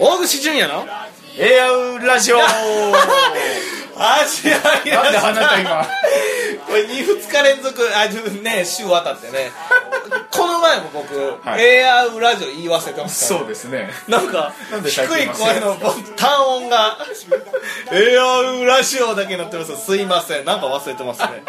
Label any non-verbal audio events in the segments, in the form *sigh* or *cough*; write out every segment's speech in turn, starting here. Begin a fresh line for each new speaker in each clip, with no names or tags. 大口純也の
エアウラジオ
始まりま
なんで
した
あなた今
これ 2, 日連続あちょっとね週当たってねこの前も僕、
はい
エアウラジオ言い忘れてますから
そうですね
なんか
なんで
低
最近
い声の単音が「エアウラジオ」だけになってますすいませんなんか忘れてますね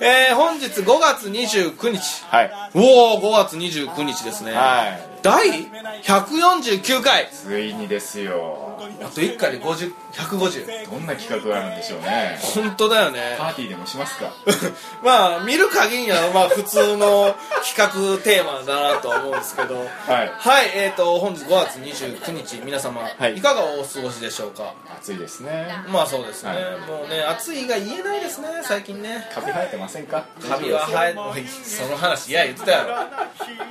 えー、本日5月29日
はい
おお5月29日ですね
は
第149回
いついにですよ
あと1回で50 150
どんな企画があるんでしょうね
本当だよね
パーティーでもしますか
*laughs* まあ見る限りにはまあ普通の企画テーマだなとは思うんですけどはい
はい
えー、と本日5月29日皆様、
い
いかがお過ごしでしょうか
暑いですね
まあそうですね、
はい
もうね暑いが言えないですね最近ね
カビ生えてませんか
カビは生えおいその話いや言ってたやろ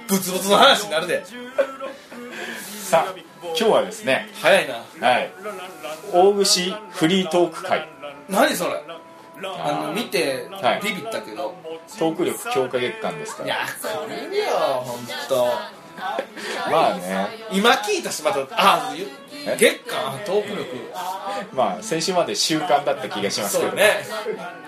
ブツブツの話になるで
さあ今日はですね
早いな
はい大串フリートーク会
何それあの見て
はい
ビビったけど、
トーク力強化月間ですか
い、
ら
やこれだよ本当。
まあね
今聞いたしまたあゆ
え
月間トーク力
まあ先週まで習慣だった気がします
そうだ
けど
ね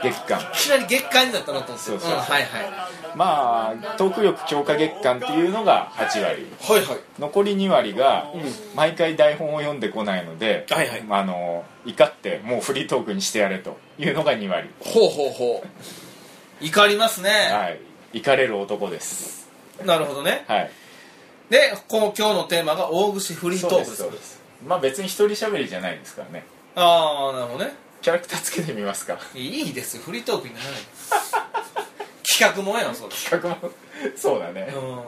月間
いきなり月間になったなと思って
そうそう
うん、はいはいは
まあトーク力強化月間っていうのが
い
8割
はい
残り2割が毎回台本を読んでこないので、
はいはい
まああの怒ってもうフリートークにしてやれというのが2割
ほうほうほう怒りますね、
はい怒れる男です
なるほどね
はい
でこの今日のテーマが大串フリートークです
そうですまあ別に一人喋りじゃないですからね
ああなるほどね
キャラクターつけてみますか
いいですよフリートークにならない
*laughs*
企画もんやんそれ
企画も *laughs* そうだね、
うん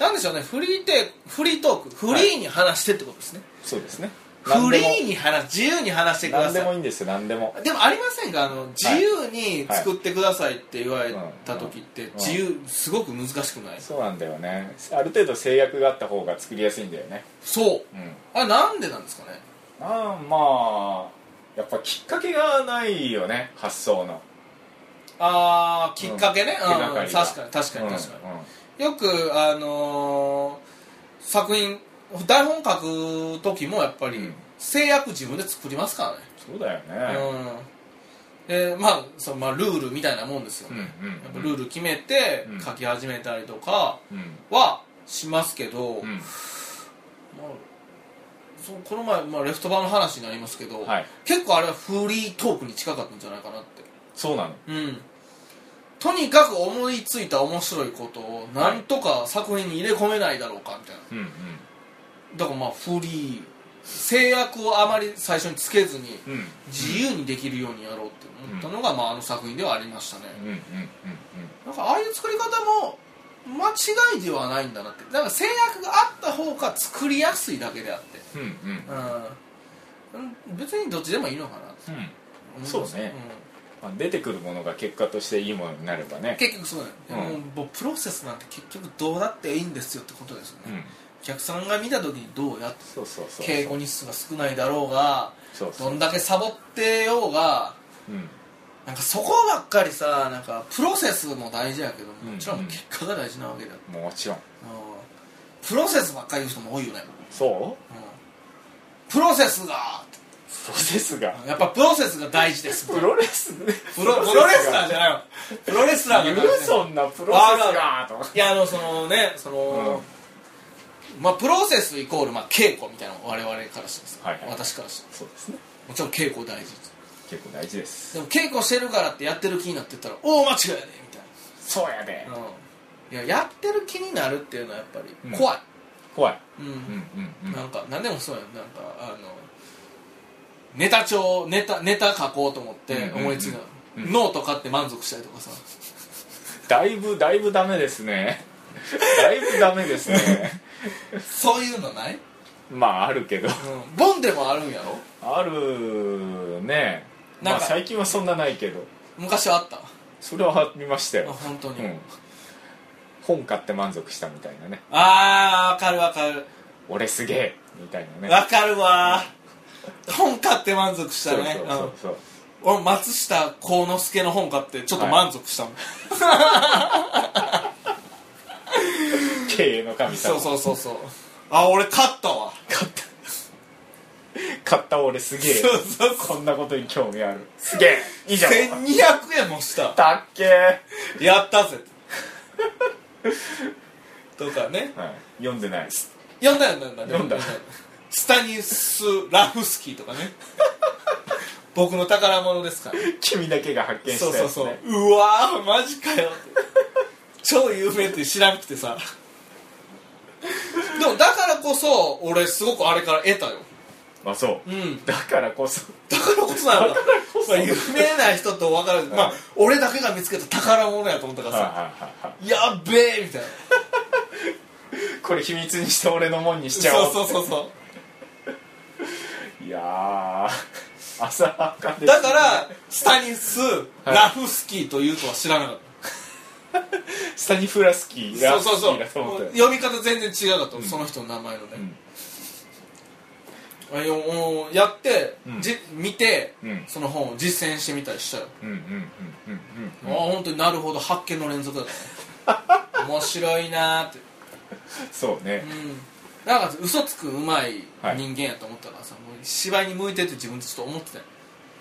なんでしょうねフリーテフリートークフリーに話してってことですね、
そうですね
フリー
に
に話自由に話してくだ
何で
さ
も
い
いいんですよ何でも
でもありませんかあの自由に作ってくださいって言われた時って
ん
自由すごく難しくない
そうなんだよねある程度制約があった方が作りやすいんだよね
そう
うん
あれなんでなんですかね
あーまあやっぱきっかけがないよね発想の
ああきっかけね、
う
うんん
手がかりが
確かに確かに確かに、
うんうん
よくあのー作品台本書く時もやっぱ
う
り
ん
制約自分で作りますか
そうだよ
らね、
ね
うんでまあそのまあルールみたいなもんですよ
う
ね、
んうん
やっぱルール決めて
うん
書き始めたりとか
うん
はしますけど、
う
まあ
ん、
そのこの前、まあ、レフト版の話になりますけど、
はい
結構あれはフリートークに近かったんじゃないかなって
そうなの
うんとにかく思いついた面白いことをなんとか作品に入れ込めないだろうかみたいな
うんうん
だからまあフリー制約をあまり最初につけずに
うん
自由にできるようにやろうって思ったのが、まあ、あの作品ではありましたね
うんうんうん
なんかああいう作り方も間違いではないんだなってなんか制約があった方が作りやすいだけであって
うんうんうん
うん別にどっちでもいいのかなって
うん
思います
そうねまあ出てくるものが結果としていいものになれば
うん
ね
結局そうだね、も
うん
うもうプロセスなんて結局どうだっていいんですよってことですよね、
うん
お客さんが見た時にどうやって
そうそうそう
稽古日数が少ないだろうが
そうそ
ど
うん
だけサボってようが
うん
なんかそこばっかりさなんかプロセスも大事やけど
うん
もちろん結果が大事なわけだ、うん
もちろん
プロセスばっかり言う人も多いよね、
そう
うんプロセスが
プロセスが
やっぱプロセスが大事です
プロレス
プロプロレスラーじゃないよプロレスラー
い
が
るそんなプロセスがとか
いやあのそのねその、まあプロセスイコール、まあ、稽古みたいなの我々からしてです、
はいはい
私からして
そうですね
もちろん稽古大事
結構大事です
でも稽古してるからってやってる気になってったら大間違いやねみたい
そうやで
な、いややってる気になるっていうのはやっぱ
うん
り怖い、
怖い
うん
うんうん
なんか何でもそうやんなんかあのネタ帳ネタネタ書こうと思って思いついた、
うんうんうん
ノート買って満足したりとかさ
だいぶだいぶダメですねだいぶダメですね
そういうのない、
まああるけど
うん、ボンでもあるんやろ
あるねま
なん
あ
か
最近はそんなないけど
昔はあった
それはありました
あ
よ
本当に、
うん本買って満足したみたいなね
あーわかるわかる
俺すげえみたいなね
わかるわー本買って満足したね
そうそうそう
うん俺松下幸之助の本買ってちょっと満足したもん、
そう経営の神
そう
様
そうそうそうあ俺勝ったわ
買った買った俺すげえ
そうそう
こんなことに興味あるすげえ以上
1200円もした
たっけー
やったぜとかね
はい、読んでないです
読んだよ読んだ
読んだ
スタニス・ラフスキーとかね僕の宝物ですから
君だけが発見した
そ
や
う
つ、ね、
そうそう、うわーマジかよ超有名って知らなくてさ *laughs* でもだからこそ俺すごくあれから得たよ
まあそう、
うん
だからこそ
だからこそなんだ
こそ
まあ有名な人と分かる、まあ俺だけが見つけた宝物やと思ったから
はいはい
さ
はいは
やっべえみたいない
これ秘密にして俺のもんにしちゃお
そううそうそうそう
いやー浅はかですね
だからスタニス・ラフスキーというとは知らなかった
スタニフラスキー
そ
ラ
う
フ
そう
スキ
そう
ーだと思ったよ
読み方全然違うかった、その人の名前のね、あよおやって、
うん
じ見て、
うん
その本を実践してみたりしたよ、
うんうんうんうんう
あ
ん
あ本当になるほど発見の連
*laughs*
続だったね面白いなーって
そうね
う、んなんか嘘つくうまい
はい
人間やと思ったからさ、もう芝居に向いてるって自分でちょっと思ってたよ、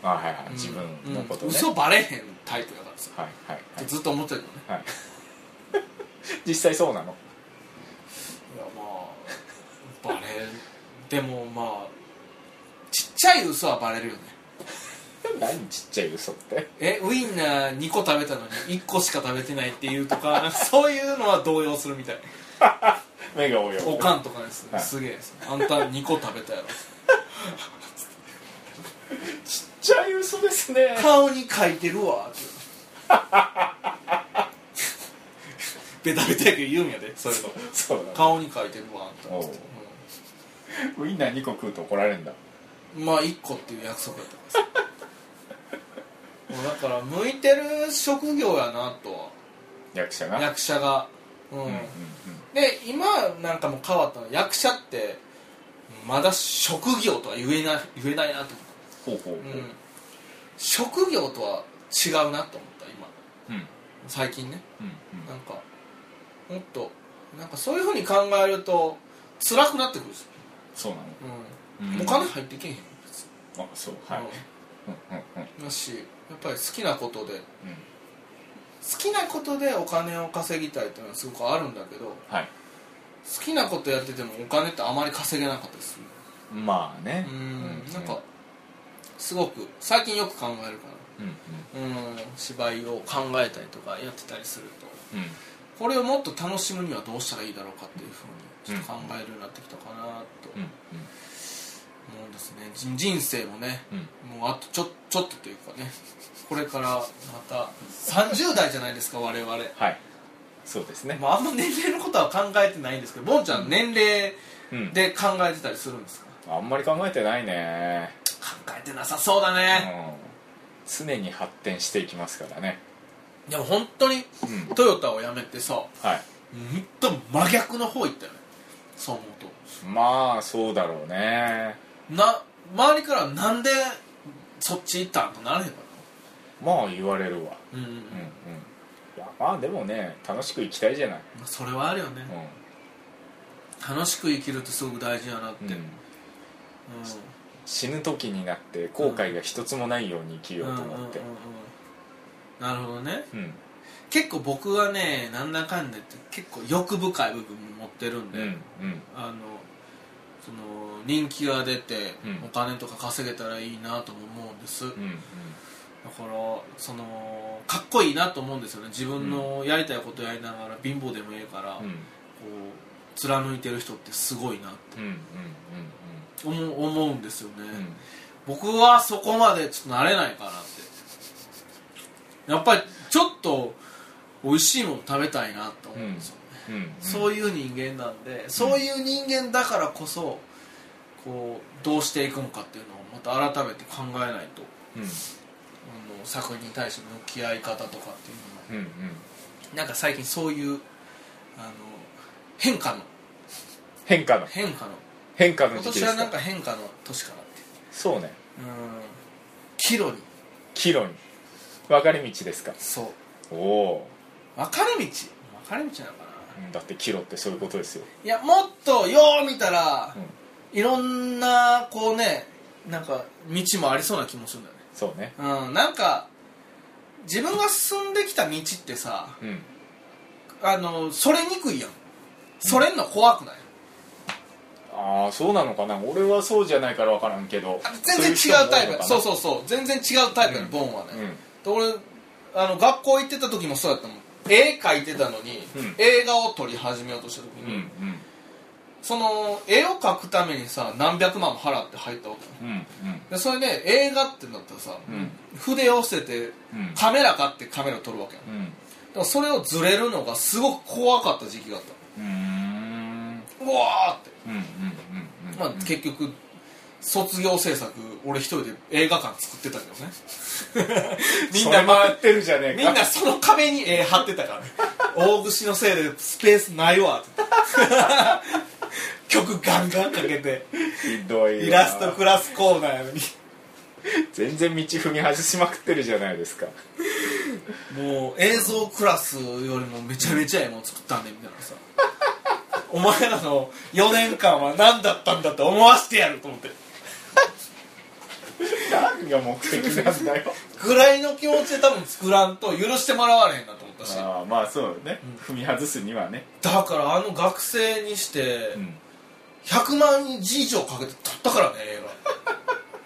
あはいはい、
うん
自分のこと
うん
ね、
嘘バレへんタイプだから
*laughs*
さ、
はいはいはい
ずっと思ってるのね
はい *laughs* 実際そうなの
いやまあバレるでもまあちっちゃい嘘はバレるよね
何ちっちゃい嘘って
えウインナー2個食べたのに1個しか食べてないっていうとかそういうのは動揺するみたい
目が泳ぐ
おかんとかです
はい
すげえですあんた2個食べたやろ
ちっちゃい嘘ですね
顔に書いてるわ *laughs* ってベタベタやけど言うんやでそういうの
そうだね
顔に書いてるわあんた
おうウインナー2個食うと怒られるんだ
うんまあ1個っていう約束やったからさもうだから向いてる職業やなと
役者
は
が
役者がう
うんんうんうん
で今なんかもう変わったの役者ってまだ職業とは言えない言えないなと思
ほうほうほう
った、うん、職業とは違うなと思った今
うんうん
最近ね
うん
なんかもっとなんかそういうふうに考えると辛くなってくるんですよ、
そうなの
うん
うん
お金入ってけへん別に
あそうはいうんうんうん
うんだしやっぱり好きなことで好
うん
きなことでお金を稼ぎたいっていうのはすごくあるんだけど
はい
好きなことやっててもお金ってあまり稼げなかったでする
まあね
うんなんかすごく最近よく考えるか
うんうん
らうん芝居を考えたりとかやってたりすると
うん
これをもっと楽しむにはどうしたらいいだろうかっていうふうにちょっと考えるようになってきたかなと
うん
思うんですね人人生もね
うんうん
もうあとちょちょっとというかねこれからまた30代じゃないですか我々
はいそうですね
まああんま年齢のことは考えてないんですけどボンちゃん年齢
うん
で考えてたりするんですか
あんまり考えてないね
考えてなさそうだね
うん常に発展していきますからね
でも本当に
うん
トヨタを辞めてさ
はい
本当真逆の方行ったよねそう思う
まあそうだろうね
とな周りからなんでそっち行ったんとなれへんか
まあ言われるわ
なうん、うん
うんうんいやまあでもね楽しく生きたいじゃない
まあそれはあるよね、
う
楽しく生きるってすごく大事やなって、
ん、
うん
死ぬ時になって後悔が一つもないように生きようと思って
うんうんうんうんなるほどね
うん
結構僕はねなんだかんだ言って結構欲深い部分も持ってるん
う
で、
んうん
あのその人気が出て、
うん
お金とか稼げたらいいなとも思うんです、
うんうん
だからそのかっこいいなと思うんですよね自分のやりたいことやりながら貧乏でもいいから、
うん
こう貫いてる人ってすごいなっ
うんうんうん
て思う思うんですよね、
うんうん
僕はそこまでちょっとなれないかなってやっぱりちょっと美味しいもの食べたいなと思うんですよね、
うんうん
そういう人間なんでそういう人間だからこそこうどうしていくのかっていうのをまた改めて考えないと
うん
あの作品に対しての向き合い方とかっていうのも
うんうん
なんか最近そういうあの変化の
変化の
変化の
変化の
今
時
年
期で
は
す
なん
か
か変化の年かなって
そうね
うん岐路に
岐路に分かれ道ですか
そう
おお
分かれ道分かれ道なのかな
ーうんだって岐路ってそういうことですよ
いやもっとよう見たら、
うん
いろんなこうねなんか道もありそうな気もするんだよね
そうね
うんなんか自分が進んできた道ってさ
うん
あのそれにくいやんそれんの怖くない
ああそうなのかな俺はそうじゃないから分からんけど
全然違うタイプそう
う
そうそう全然違うタイプやね、
うん
ボンはね、
いう人も多いのかな
で俺あの学校行ってた時もそうやったもん絵描いてたのに、
うん
映画を撮り始めようとした時
うん
に、その絵を描くためにさ何百万も払って入ったわけ
うんうん
でそれで映画ってなったらさ、
うん
筆を捨てて
うん
カメラ買ってカメラ撮るわけやん
うんうん
でもそれをずれるのがすごく怖かった時期があっ
うーん
たうわーって、
うんうんうんうん
まあ、結局卒業制作俺一人で映画館作ってたけどね
*laughs*
みんな
それ回ってるじゃねえか
みんなその壁に絵貼ってたからね大串のせいでスペースないわって曲ガンガンかけて
ひどいわ
イラストクラスコーナーやのに
全然道踏み外しまくってるじゃないですか
もう映像クラスよりもめちゃめちゃええもん作ったんでみたいなさお前らの4年間は何だったんだって思わせてやると思って
何が目的なんだよ
*laughs* ぐらいの気持ちで多分作らんと許してもらわれへんなと思ったしだ
ああまあそうね、踏み外すにはね
からあの学生にして100万字以上かけて撮ったからね映
*laughs*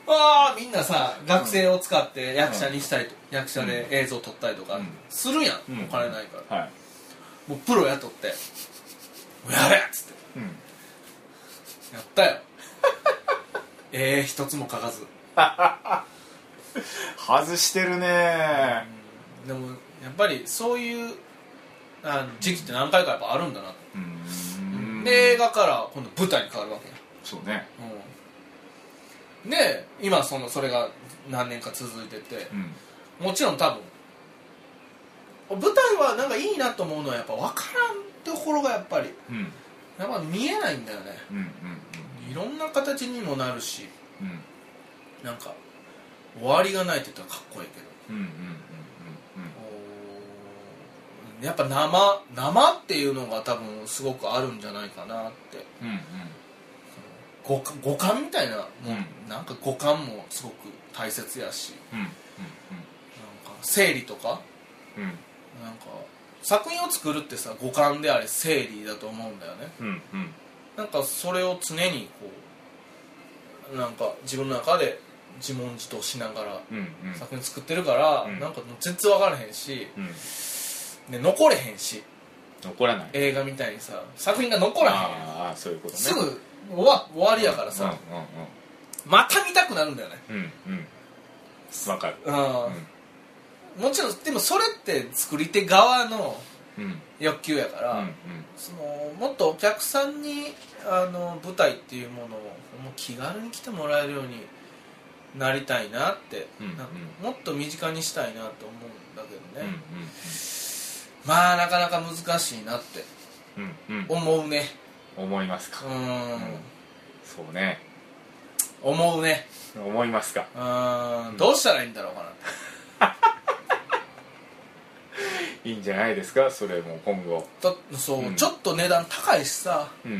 画ああみんなさ学生を使って役者にしたりと、役者で映像撮ったりとか
うん
するやん、
うん
お金ないから、
はい
もうプロ雇って「もうやれ!」っつって
うん
やったよ *laughs* ええ一つも書かず
外してるね
でもやっぱりそういうあの時期って何回かやっぱあるんだな、
うーん
で映画から今度舞台に変わるわけや、
そうね
うん、で今そのそれが何年か続いてて
うん
もちろん多分舞台はなんかいいなと思うのはやっぱ分からんところがやっぱり
うん
やっぱ見えないんだよね
うんうん
いろんな形にもなるし
うんうん
なんか終わりがないって言ったらかっこいいけど
うんうんうん
おーやっぱ生生っていうのが多分すごくあるんじゃないかなって
うんうんうん
五感五感みたいなもん、
うん
なんか五感もすごく大切やし
うん
なんか整理とか
うんうん
なんか作品を作るってさ五感であれ整理だと思うんだよね
うんうん
なんかそれを常にこうなんか自分の中で自問自答しながら
うんうん
作品作ってるから、
うん
なんか全然分からへんし、
うん
ね、残れへんし
残らない
映画みたいにさ作品が残らへんやん
ああそういうことね
すぐ終わ終わりやからさ、
う
また見たくなるんだよね
んうんうんうんうんわかる
うん、
う
もちろんでもそれって作り手側の
んうん
欲求やから、
うん
そのもっとお客さんにあの舞台っていうものをもう気軽に来てもらえるようになりたいなって、
うん
なんか
う
もっと身近にしたいなと思うんだけ
う
ど
ん
ね、まあなかなか難しいなって
うんうんうん
思うね
思います
う
か
ん、
そうね
思うね
思いますか
うんどうしたらいいんだろうかなって
いいんじゃないですかそれも今後
とそう、
うん
ちょっと値段高いしさ
うん
う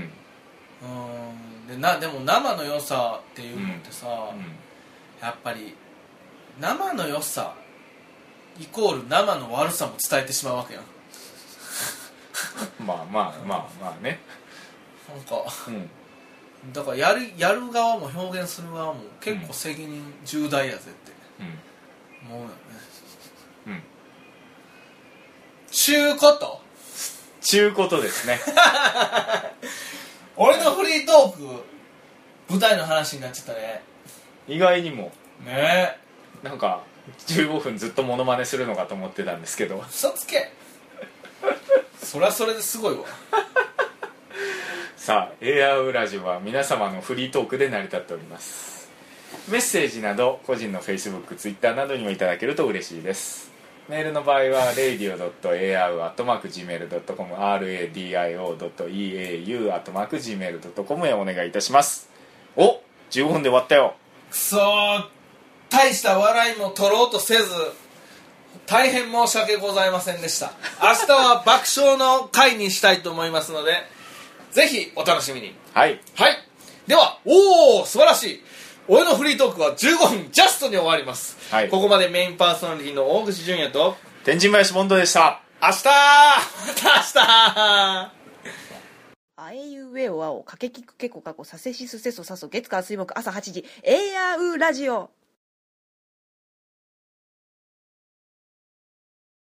んでなでも生の良さっていうのってさ、
う
やっぱり生の良さイコール生の悪さも伝えてしまうわけやん
んまあまあまあまあね
なんか
うん
だからやるやる側も表現する側も結構責任重大やぜって思うよね
うんうん
ちゅうこと
ちゅうことですね *laughs*
俺のフリートーク舞台の話になっちゃったね
意外にも
ねえ
なんか15分ずっとモノマネするのかと思ってたんですけど
嘘つけそりゃそれですごいわ
さあ「エアウラジオ」は皆様のフリートークで成り立っておりますメッセージなど個人の FacebookTwitter などにもいただけると嬉しいですメールの場合は radio.ar.gmail.com radio.eau.gmail.com へお願いいたしますお15分で終わったよ
くそー大した笑いも取ろうとせず大変申し訳ございませんでした明日は爆笑の回にしたいと思いますのでぜひお楽しみに
はい
はいではおお素晴らしい俺のフリートークは15分ジャストに終わります、
はい
ここまでメインパーソナリティの大口純也と
天神林ボンドでした
明日また *laughs* 明日
あえいうえおあお、かけきくけこかこ、させしすせそさそ、月火水木朝8時、エーアーウーラジオ。